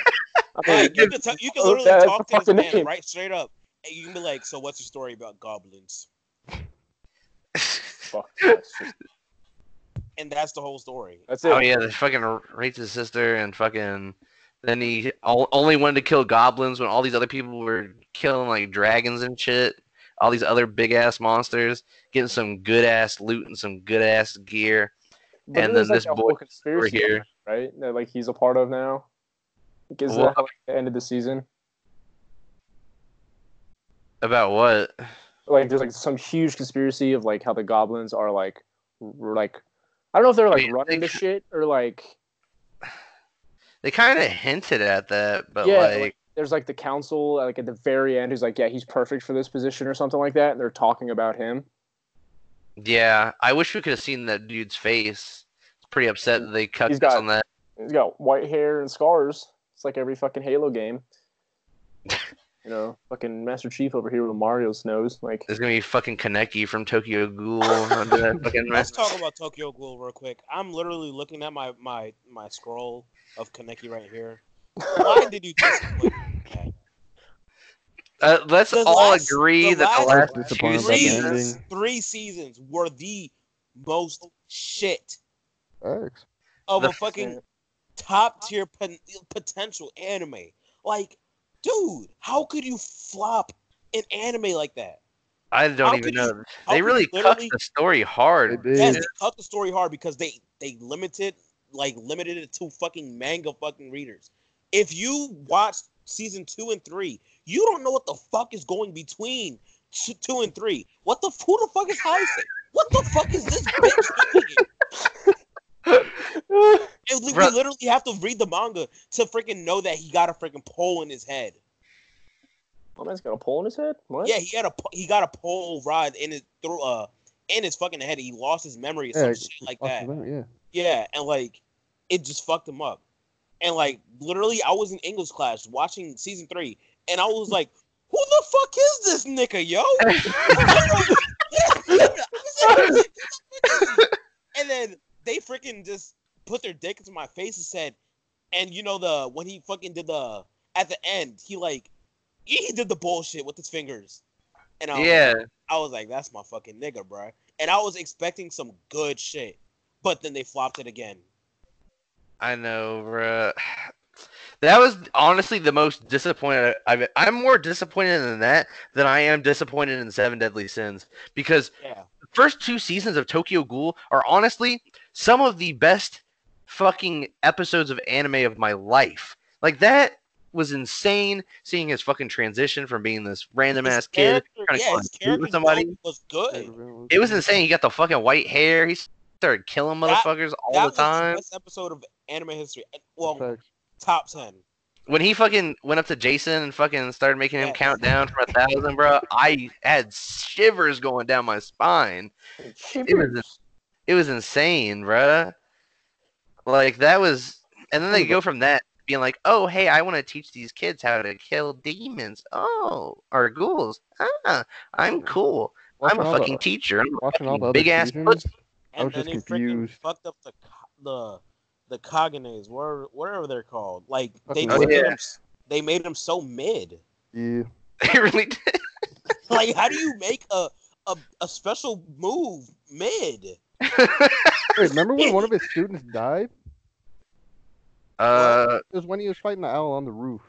S3: Like, you can t- you can
S2: Oh,
S3: literally
S2: that's
S3: talk to
S2: the
S3: this man
S2: name.
S3: right straight up, and you can be like, "So what's your story about goblins?"
S2: fuck, that's just-
S3: And that's the whole story.
S2: that's it.
S1: oh yeah, they fucking r- raped his sister and fucking. Then he all, only wanted to kill goblins when all these other people were killing like dragons and shit. All these other big ass monsters getting some good ass loot and some good ass gear.
S2: But
S1: and
S2: there's,
S1: then
S2: like,
S1: this
S2: that
S1: boy
S2: whole
S1: We're
S2: conspiracy,
S1: here.
S2: right? That like he's a part of now. Like, Is
S1: Well-
S2: that how it ended the season?
S1: About what?
S2: Like there's like some huge conspiracy of like how the goblins are like r- like I don't know if they're like
S1: Wait,
S2: running
S1: they
S2: the shit or like
S1: They kind of hinted at that, but
S2: Yeah,
S1: like,
S2: like- there's like the council like at the very end who's like yeah he's perfect for this position or something like that and they're talking about him.
S1: yeah, I wish we could have seen that dude's face. It's pretty upset that they cut
S2: He's got-
S1: on that.
S2: He's got white hair and scars. It's like every fucking Halo
S3: [laughs]
S2: game. you know, fucking Master Chief over here with Mario's nose. Like
S3: [laughs]
S2: [laughs]
S1: There's gonna be fucking Kaneki from Tokyo Ghoul under that fucking mask.
S3: Let's talk about Tokyo Ghoul real quick. I'm literally looking at my my my scroll of Kaneki right here.
S2: "Oh,
S3: Why did you
S1: [laughs]
S3: just put that?
S1: Uh, let's
S3: The
S1: all
S3: last-
S1: agree
S3: the
S1: that the
S4: last-
S1: last
S4: That's
S1: two
S4: disappointing about the
S1: seasons,
S4: ending.
S3: three seasons were the most shit
S4: Facts.
S3: of
S1: The-
S3: a fucking top tier pen- potential anime. Like, dude, how could you flop an anime like that?
S1: I don't
S3: How
S1: even
S3: could you-
S1: know.
S3: how
S1: They
S3: could
S1: really
S3: you
S1: cut
S3: literally-
S1: the story hard.
S4: They did.
S3: Yes, they cut the story hard because they they limited like limited it to fucking manga fucking readers. If you watch season two and three, you don't know what the fuck is going between two, two and three. What the who the fuck is Heisen? What the fuck is this bitch doing? And we, we
S1: Bruh.
S3: literally have to read the manga to freaking know that he got a freaking pole in his head.
S2: my man's got a pole in his head. What?
S3: Yeah, he had a po- he got a pole rod in his through uh in his fucking head. He lost his memory or some
S4: Yeah,
S3: shit like
S4: Off
S3: that.
S4: the bat, yeah.
S3: Yeah, and like it just fucked him up. And like literally I was in English class watching season three and I was like, Who the fuck is this nigga, yo? [laughs] and then they freaking just put their dick into my face and said, and you know the when he fucking did the at the end, he like he did the bullshit with his fingers. And I was
S1: yeah,
S3: I was like, that's my fucking nigga, bro. And I was expecting some good shit, but then they flopped it again.
S1: I know, bruh. That was honestly the most disappointed I've, I'm more disappointed in that than I am disappointed in Seven Deadly Sins because
S3: Yeah.
S1: the first two seasons of Tokyo Ghoul are honestly some of the best fucking episodes of anime of my life. Like that was insane seeing his fucking transition from being this random
S3: His
S1: ass kid
S3: character-
S1: trying to
S3: yeah, his
S1: sleep
S3: character
S1: with somebody.
S3: development was good.
S1: It was insane. He got the fucking white hair. He started killing
S3: That-
S1: motherfuckers
S3: that
S1: all
S3: was
S1: the time.
S3: best episode of anime history. Well,
S4: Facts.
S3: top ten.
S1: when he fucking went up to Jason and fucking started making him
S3: Yes.
S1: count down from a thousand, bro, I had shivers going down my spine. It was it was insane, bruh. Like that was, and then they go from that being like, "Oh, hey, I want to teach these kids how to kill demons. Oh, or ghouls. Ah, I'm cool. I'm
S4: Watching
S1: a
S4: all the-
S1: fucking teacher. I'm a
S4: Watching all the
S1: fucking
S4: other
S1: big ass
S4: seasons,
S1: pussy."
S4: I
S3: And
S4: was
S3: then
S4: just
S3: they freaking
S4: confused.
S3: fucked up the co- the the Kaganes, whatever, whatever they're called. Like they
S4: Fucking
S1: Oh,
S3: made
S1: yeah.
S3: them, s- they made them so mid. [laughs]
S4: Yeah.
S1: [laughs] They really did.
S3: Like how do you make a a, a special move mid?
S4: Wait, remember when one of his students died?
S1: Uh,
S4: It was when he was fighting the owl on the roof.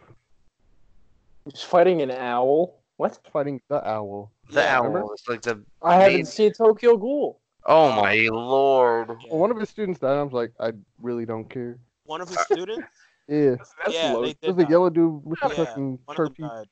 S2: He's fighting an owl. What?
S4: Fighting the owl.
S1: the
S3: Yeah,
S1: owl
S4: remember?
S1: was like the.
S2: I
S1: Maybe.
S2: haven't seen Tokyo Ghoul.
S1: Oh my lord.
S4: Well, one of his students died. I was like, I really don't care.
S3: One of his students.
S4: Yeah.
S3: yeah,
S2: low.
S3: they
S4: It was
S3: did
S4: the
S3: die.
S4: yellow dude with the
S3: Yeah,
S4: fucking
S3: One of them
S4: turkey.
S3: died.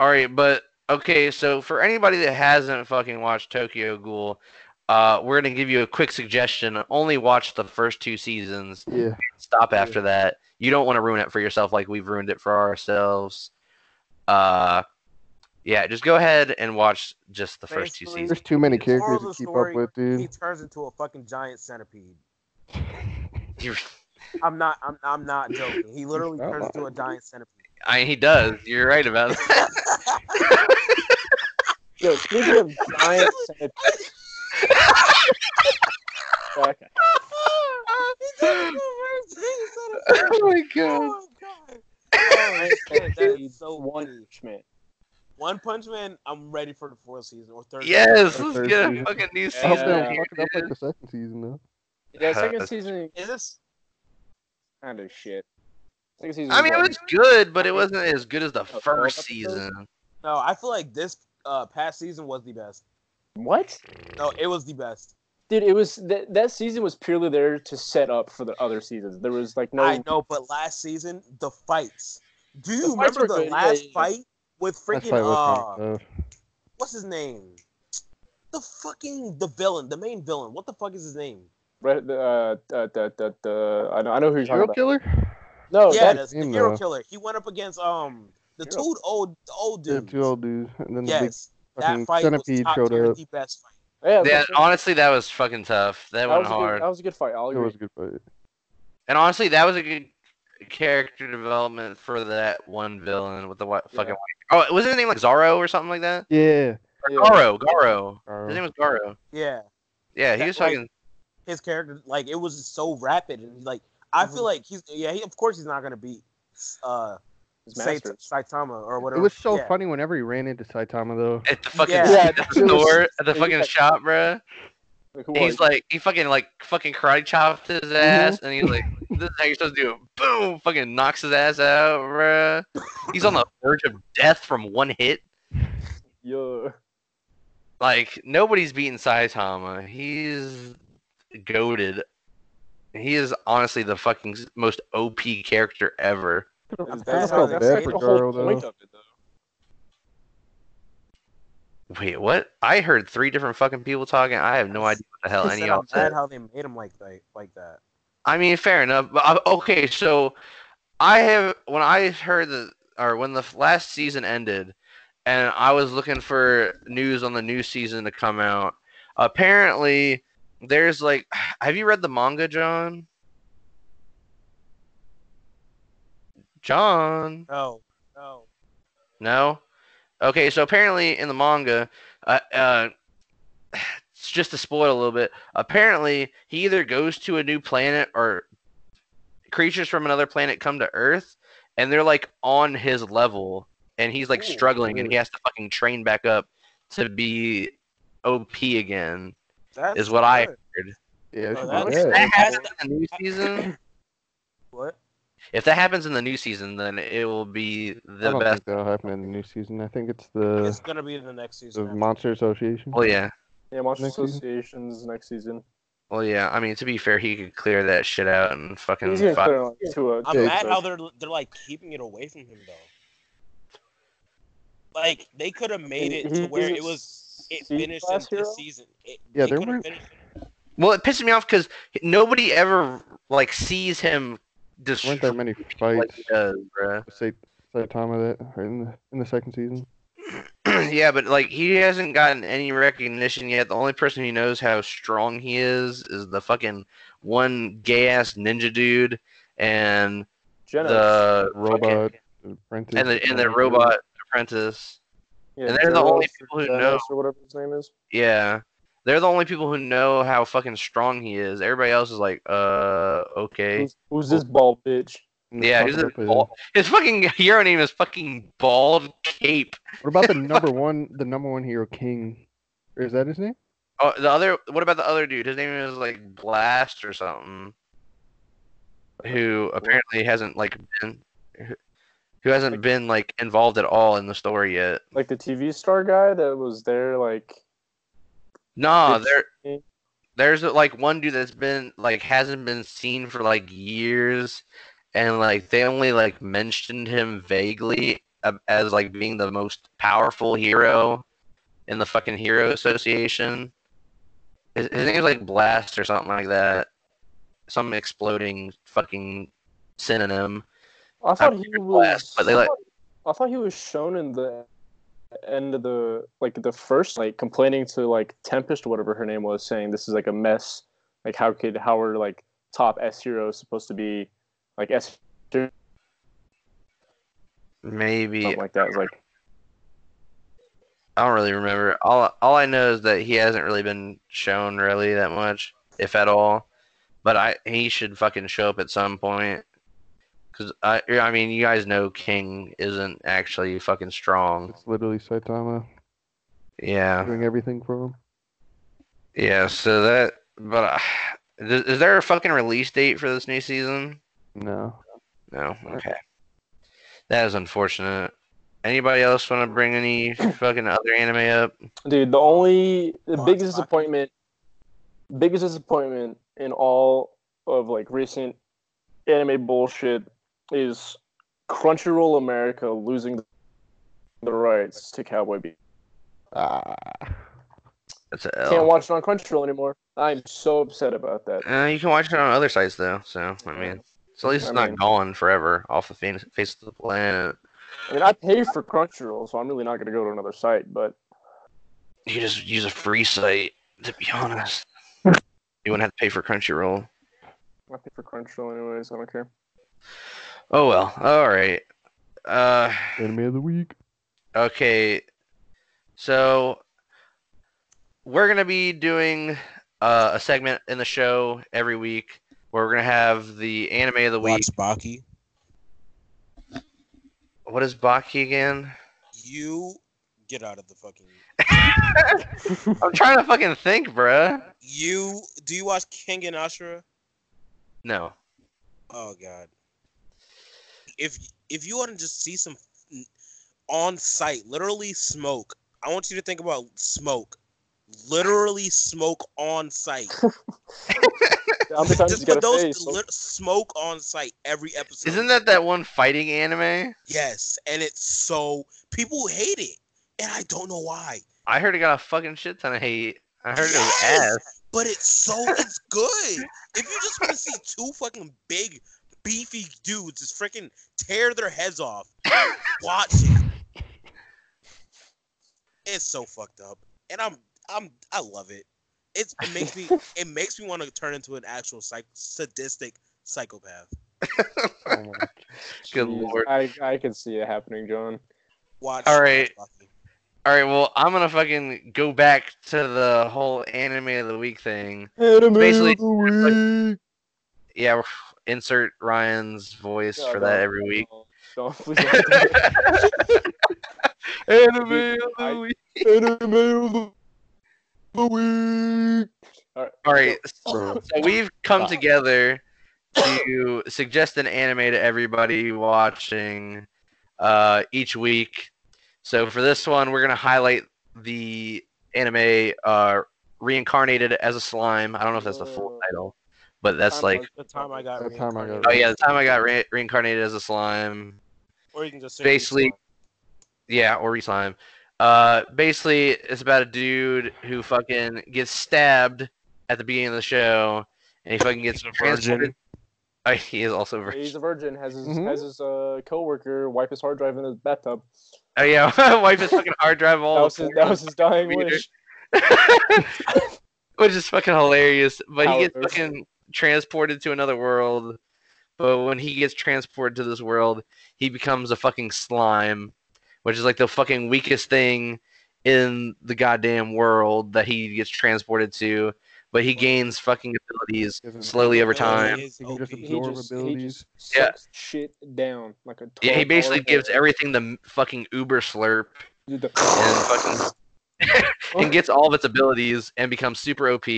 S1: All right, but okay, so for anybody that hasn't fucking watched Tokyo Ghoul, uh, we're gonna give you a quick suggestion. Only watch the first two seasons.
S4: Yeah.
S1: Stop after that. You don't want to ruin it for yourself like we've ruined it for ourselves. Uh, Yeah, just go ahead and watch just the first two
S3: Basically,
S1: seasons. [laughs]
S5: There's too many
S3: Moral
S5: characters
S3: of
S5: to
S3: the
S5: keep
S3: story,
S5: up with,
S3: He
S5: dude.
S3: turns into a fucking giant centipede.
S1: You're-
S3: I'm not. I'm. I'm not joking. He literally
S4: Oh.
S3: turns into a giant centipede.
S2: [laughs]
S1: I, he does. You're right about that.
S2: Yo, speaking of
S3: [laughs]
S2: giant centipedes. okay.
S5: [laughs] Oh my god.
S3: [laughs] Oh my god.
S2: Giant
S3: that
S2: centipedes,
S3: is so funny.
S2: One Punch Man.
S3: One Punch Man. I'm ready for the fourth season or third.
S1: yes,
S4: Or
S1: let's
S4: third
S1: get a
S4: season.
S1: fucking new
S5: I
S1: season.
S5: hope they
S2: Yeah.
S5: don't fuck it up
S1: dude.
S5: like the second season though.
S2: Yeah,
S1: [laughs]
S2: second
S1: Huh.
S2: season
S3: Season. Is this?
S2: kind of shit. Second season.
S1: I mean, it
S2: what?
S1: was good, but it wasn't as good as the
S2: Oh,
S1: first
S2: episode?
S1: season.
S3: No, I feel like this uh, past season was the best.
S2: what?
S3: No, it was the best.
S2: Dude, it was that that season was purely there to set up for the other seasons. There was like no.
S3: I know, but last season the fights. Do you
S2: The fights
S3: remember
S2: were
S3: the
S2: good, yeah,
S3: last
S2: yeah, yeah.
S3: fight with
S5: That's
S3: freaking
S5: probably
S3: uh,
S5: what's wrong, though.
S3: what's his name? The fucking the villain, the main villain. What the fuck is his name?
S2: Red, uh, the, the, the, the, I know, I know who you're talking
S5: Serial
S2: about.
S5: killer?
S2: No,
S3: yeah,
S2: that,
S3: that's the
S5: him,
S3: hero
S5: Oh, though.
S3: killer. He went up against um the
S2: Hero.
S3: two old the old
S5: Yeah,
S3: dude.
S5: two old dudes. And then
S3: yes,
S5: the big
S3: that
S5: fucking
S3: fight was
S5: centipede
S3: top
S5: showed
S3: tier,
S5: up.
S3: the best fight.
S2: yeah,
S1: Yeah,
S2: that,
S1: honestly, that was fucking tough. That,
S2: that
S1: went
S2: was a
S1: hard.
S2: Good, that was a good fight. I'll
S5: It
S2: agree.
S5: was a good fight.
S1: And honestly, that was a good character development for that one villain with the white,
S2: Yeah.
S1: fucking white. Oh, was his name like Zorro or something like that?
S5: Yeah.
S1: Or
S2: Yeah.
S1: Garo, Garo.
S5: Garo.
S1: His name was Garo.
S3: Yeah,
S1: Yeah, he
S3: That-
S1: was
S3: like-
S1: fucking.
S3: his character like it was just so rapid and like I
S2: Mhm.
S5: Mm-hmm.
S3: feel like he's yeah he, of course he's not gonna beat uh
S2: His
S3: Sait-
S2: master.
S3: Saitama or whatever.
S5: It was so
S3: yeah.
S5: funny whenever he ran into Saitama though.
S1: At the fucking
S3: Yeah.
S1: [laughs]
S2: Yeah,
S1: store, at the
S2: he
S1: fucking
S2: like-
S1: shop, bruh.
S2: Like, who
S1: And He's
S2: was?
S1: like, he fucking like fucking karate chopped his
S3: Mm-hmm.
S1: ass, and he's like, this is how you're supposed to do it. Boom! Fucking knocks his ass out, bruh. He's on the [laughs] verge of death from one hit.
S2: Yo.
S1: Like nobody's beaten Saitama. He's goaded. He is honestly the fucking s- most OP character ever.
S2: That's,
S3: That's
S2: how-
S3: how
S2: that's
S3: bad
S2: like
S5: for
S2: the whole
S5: Garo, though.
S2: point of it, though.
S1: Wait, what? I heard three different fucking people talking. I have no
S3: That's-
S1: idea what
S3: [laughs]
S1: the hell
S3: He
S1: any
S3: said
S1: of
S3: how
S1: y'all said.
S3: bad how they made him like that like that.
S1: I mean, fair enough. But I, okay, so I have when I heard the or when the f- last season ended, and I was looking for news on the new season to come out. Apparently, there's like, [sighs] have you read the manga, John? John,
S3: No, no.
S1: no. Okay, so apparently in the manga, uh, uh, [sighs] it's just to spoil a little bit. Apparently, he either goes to a new planet or creatures from another planet come to Earth, and they're like on his level, and he's like
S3: Ooh.
S1: struggling, and he has to fucking train back up to be OP again.
S3: That's
S1: Is what I-
S3: good.
S5: Yeah,
S3: Oh,
S5: she
S3: that-
S5: was- yeah.
S1: That happens in the new season.
S3: what
S1: If that happens in the new season, then it will be
S5: I
S1: the
S5: don't
S1: best.
S5: think that'll happen in the new season. I think it's the
S3: it's gonna be in the next
S5: the
S3: season. after.
S5: Monster Association.
S1: Well, Oh, yeah.
S2: Yeah, Monster
S5: Next season?
S2: Association's next season.
S1: Well, yeah. I mean, to be fair, he could clear that shit out and fucking.
S2: He's gonna
S1: fi-
S2: put it on to a.
S3: I'm
S5: Yeah,
S3: mad
S2: so-
S3: how they're they're like keeping it away from him though. Like they could have made it
S2: He-
S3: to where
S2: he's
S3: it
S2: a
S3: was it
S2: C
S3: finished in
S2: class hero?
S3: this season. It,
S5: Yeah,
S3: it
S5: there
S3: coulda
S5: weren't-
S3: finished it.
S1: Well, it pisses me off because nobody ever like sees him destroy
S5: weren't there many
S1: like
S5: fights
S1: he does, bruh. [clears throat]
S5: with Sai- Saitama that are in the in the second season?
S1: yeah, but like he hasn't gotten any recognition yet. The only person who knows how strong he is is the fucking one gay ass ninja dude and
S2: Genos.
S1: the
S5: Robot
S1: fucking-
S5: apprentice.
S1: and the and the
S5: something.
S1: robot apprentice.
S2: yeah,
S1: and they're the only
S2: Genos or
S1: people who
S2: Genos
S1: know.
S2: Or whatever his name is.
S1: Yeah. They're the only people who know how fucking strong he is. Everybody else is like, uh, okay.
S2: Who's, who's this bald bitch?
S5: And the
S1: Yeah, who's
S5: top of
S1: the
S5: it-
S1: ball- His fucking [laughs] hero name is fucking Bald Cape.
S5: What about the number one the number one hero King? Or Is that his name?
S1: Oh, the other. What about the other dude? His name is like Blast or something. Who apparently hasn't like been, who hasn't been like involved at all in the story yet.
S2: Like the TV star guy that was there, like.
S1: Nah, there, there's like one dude that's been like hasn't been seen for like years, and like they only like mentioned him vaguely uh, as like being the most powerful hero in the fucking Hero Association. His, his name's like Blast or something like that, some exploding fucking synonym.
S2: I thought he
S1: sure
S2: was.
S1: Blast, but they like-
S2: I thought he was shown in the end of the like the first like complaining to like Tempest or whatever her name was, saying this is like a mess. Like how could how are like top S heroes supposed to be like S
S1: Maybe
S2: something like that? It's like
S1: I don't really remember. All all I know is that he hasn't really been shown really that much, if at all. But I he should fucking show up at some point. Cause I I mean you guys know King isn't actually fucking strong.
S5: It's literally Saitama
S1: Yeah.
S5: doing everything for him.
S1: Yeah, so that, but uh, is, is there a fucking release date for this new season?
S5: No.
S1: No. Okay. That is unfortunate. Anybody else want to bring any fucking other anime up?
S2: Dude, the only the
S3: Lots
S2: biggest
S3: of
S2: disappointment, biggest disappointment in all of like recent anime bullshit is Crunchyroll America losing the rights to Cowboy Bebop.
S5: Ah.
S1: That's a
S2: Can't
S1: L.
S2: watch it on Crunchyroll anymore. I'm so upset about that.
S1: Uh, you can watch it on other sites though. So I mean, so at least
S2: I
S1: it's not
S2: mean-
S1: gone forever off the face, face of the planet.
S2: I mean, I pay for Crunchyroll, so I'm really not gonna go to another site. But
S1: You just use a free site. To be honest, you wouldn't have to pay for Crunchyroll.
S2: I pay for Crunchyroll anyways. I don't care.
S1: Oh well. All right. Uh.
S5: Anime of the week.
S1: Okay. So we're going to be doing uh, a segment in the show every week where we're going to have the anime of the week.
S3: Watch Baki.
S1: What is Baki again?
S3: You get out of the fucking.
S1: I'm trying to fucking think, bruh.
S3: You do you watch King and Ashura?
S1: No.
S3: Oh god. If if you want to just see some on site, literally smoke. I want you to think about smoke. Literally smoke on site.
S2: How
S3: [laughs]
S2: many times you
S3: just put
S2: gotta
S3: those
S2: say, so-
S3: lit- smoke on site every episode.
S1: Isn't that that one fighting anime?
S3: Yes, and it's so people hate it, and I don't know why.
S1: I heard it got a fucking shit ton of hate. I heard it was
S3: Yes!
S1: ass.
S3: But it's
S1: [laughs]
S3: so it's good. If you just want to see two fucking big, beefy dudes just freaking tear their heads off,
S1: [laughs]
S3: watch it. It's so fucked up, and I'm I'm I love it. It's, it
S1: [laughs]
S3: makes me it makes me want to turn into an actual psych, sadistic psychopath.
S5: Oh my
S1: Good
S2: Jeez,
S1: lord.
S2: I I can see it happening, John.
S3: Watch.
S1: All right.
S3: watch Buffy.
S1: All right, well, I'm going to fucking go back to the whole anime of the week thing.
S5: Anime
S1: Basically,
S5: of the week.
S1: Yeah, insert Ryan's voice
S2: No,
S1: for
S2: no,
S1: that every week.
S2: no, no, please Oh, don't do it.
S1: Anime
S2: Dude,
S1: of the
S2: I-
S1: week.
S5: Anime of the, the
S1: [laughs]
S5: week.
S1: All right,
S3: [laughs]
S5: Bro.
S1: so we've come
S5: Wow.
S1: together to suggest an anime to everybody watching uh, each week. So for this one, we're gonna highlight the anime uh, "Reincarnated as a Slime." I don't know if that's the full
S2: Whoa.
S1: title, but that's
S3: Time
S1: like,
S3: was- the time I got.
S5: The time I got
S3: reincarnated.
S1: oh yeah, the time I got re- reincarnated as a slime.
S3: Or you can just say
S1: basically- Yeah, or slime. Uh, basically, it's about a dude who fucking gets stabbed at the beginning of the show, and he fucking gets
S4: He's a
S1: transported. Oh, he is also a virgin. Mm-hmm.
S2: He's a virgin. Has his
S5: Mhm.
S2: has his uh, coworker wipe his hard drive in his bathtub.
S1: Oh yeah, [laughs] wipe his fucking hard drive
S2: That
S1: all.
S2: was his,
S1: over.
S2: that was his dying
S1: computer.
S2: wish.
S1: which is fucking hilarious. But he gets
S2: Powers.
S1: fucking transported to another world. But when he gets transported to this world, he becomes a fucking slime, which is like the fucking weakest thing in the goddamn world that he gets transported to. But he gains fucking abilities
S5: Isn't-
S1: slowly over
S3: Ability
S1: time.
S3: is
S5: You can just
S3: OP.
S2: He
S5: absorb
S2: just, he
S5: abilities.
S2: just
S1: Yeah.
S2: sucks shit down like a.
S1: Yeah, he
S2: 12
S1: basically
S2: hour
S1: gives
S2: day.
S1: everything the m- fucking uber slurp [laughs]
S2: Dude,
S1: and
S2: the-
S1: fucking and gets all of its abilities and becomes super OP.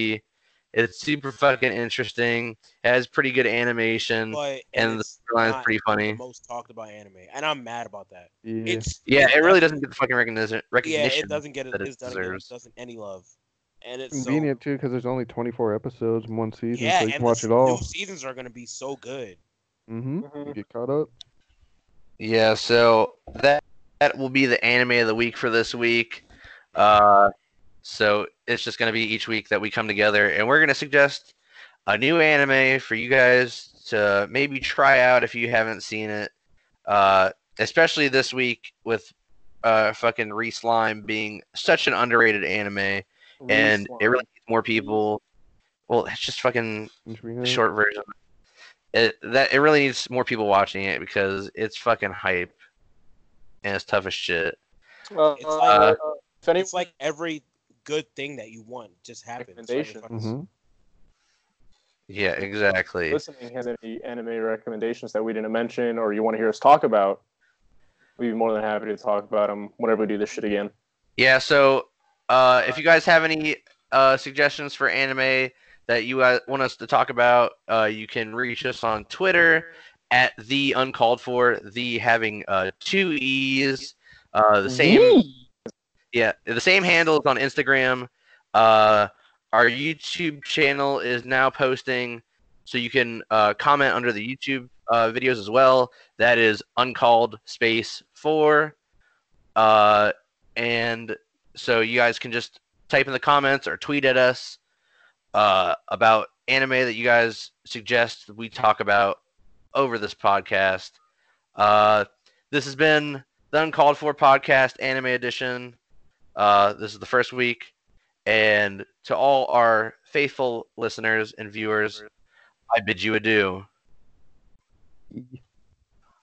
S1: It's super fucking interesting. Has pretty good animation.
S3: But
S1: and the
S3: it's
S1: storyline's
S3: not
S1: pretty
S3: the
S1: funny.
S3: most talked about anime, and I'm mad about that.
S5: Yeah.
S3: It's
S1: Yeah, it really
S3: does-
S1: doesn't get the fucking recognition.
S3: Yeah,
S1: recognition.
S3: it doesn't get it.
S1: that it
S3: It doesn't, get, it
S1: deserves.
S3: doesn't any love, and it's so,
S5: convenient too because there's only 24 episodes in one season,
S3: yeah,
S5: so you
S3: and
S5: can watch
S3: the
S5: it all.
S3: New seasons are gonna be so good.
S5: Mm-hmm. You
S2: Mhm.
S5: get caught up.
S1: Yeah, so that that will be the anime of the week for this week. Uh, so it's just gonna be each week that we come together and we're gonna suggest a new anime for you guys to maybe try out if you haven't seen it. Uh, especially this week with uh, fucking Reese Lime being such an underrated anime, and it really needs more people. Well, it's just fucking
S4: Mm-hmm.
S1: the short version. It, that it really needs more people watching it because it's fucking hype, and it's tough as shit.
S2: Uh,
S3: It's
S2: uh,
S3: like-
S2: if any,
S3: It's like every good thing that you want just happens. Like,
S2: Recommendation.
S3: fucking-
S5: hmm
S1: Yeah, exactly.
S2: listening has any anime recommendations that we didn't mention or you want to hear us talk about, we'd be more than happy to talk about them whenever we do this shit again.
S1: Yeah, so uh, if you guys have any uh, suggestions for anime that you uh, want us to talk about, uh, you can reach us on Twitter at the uncalled for the having uh, two e's. Uh, the same, yeah, the same handle is on Instagram. Uh, our YouTube channel is now posting, so you can uh, comment under the YouTube uh, videos as well. That is uncalled space four. Uh, and so you guys can just type in the comments or tweet at us uh, about anime that you guys suggest we talk about over this podcast. Uh, this has been the Uncalled For Podcast Anime Edition. Uh, this is the first week. And to all our faithful listeners and viewers, I bid you adieu.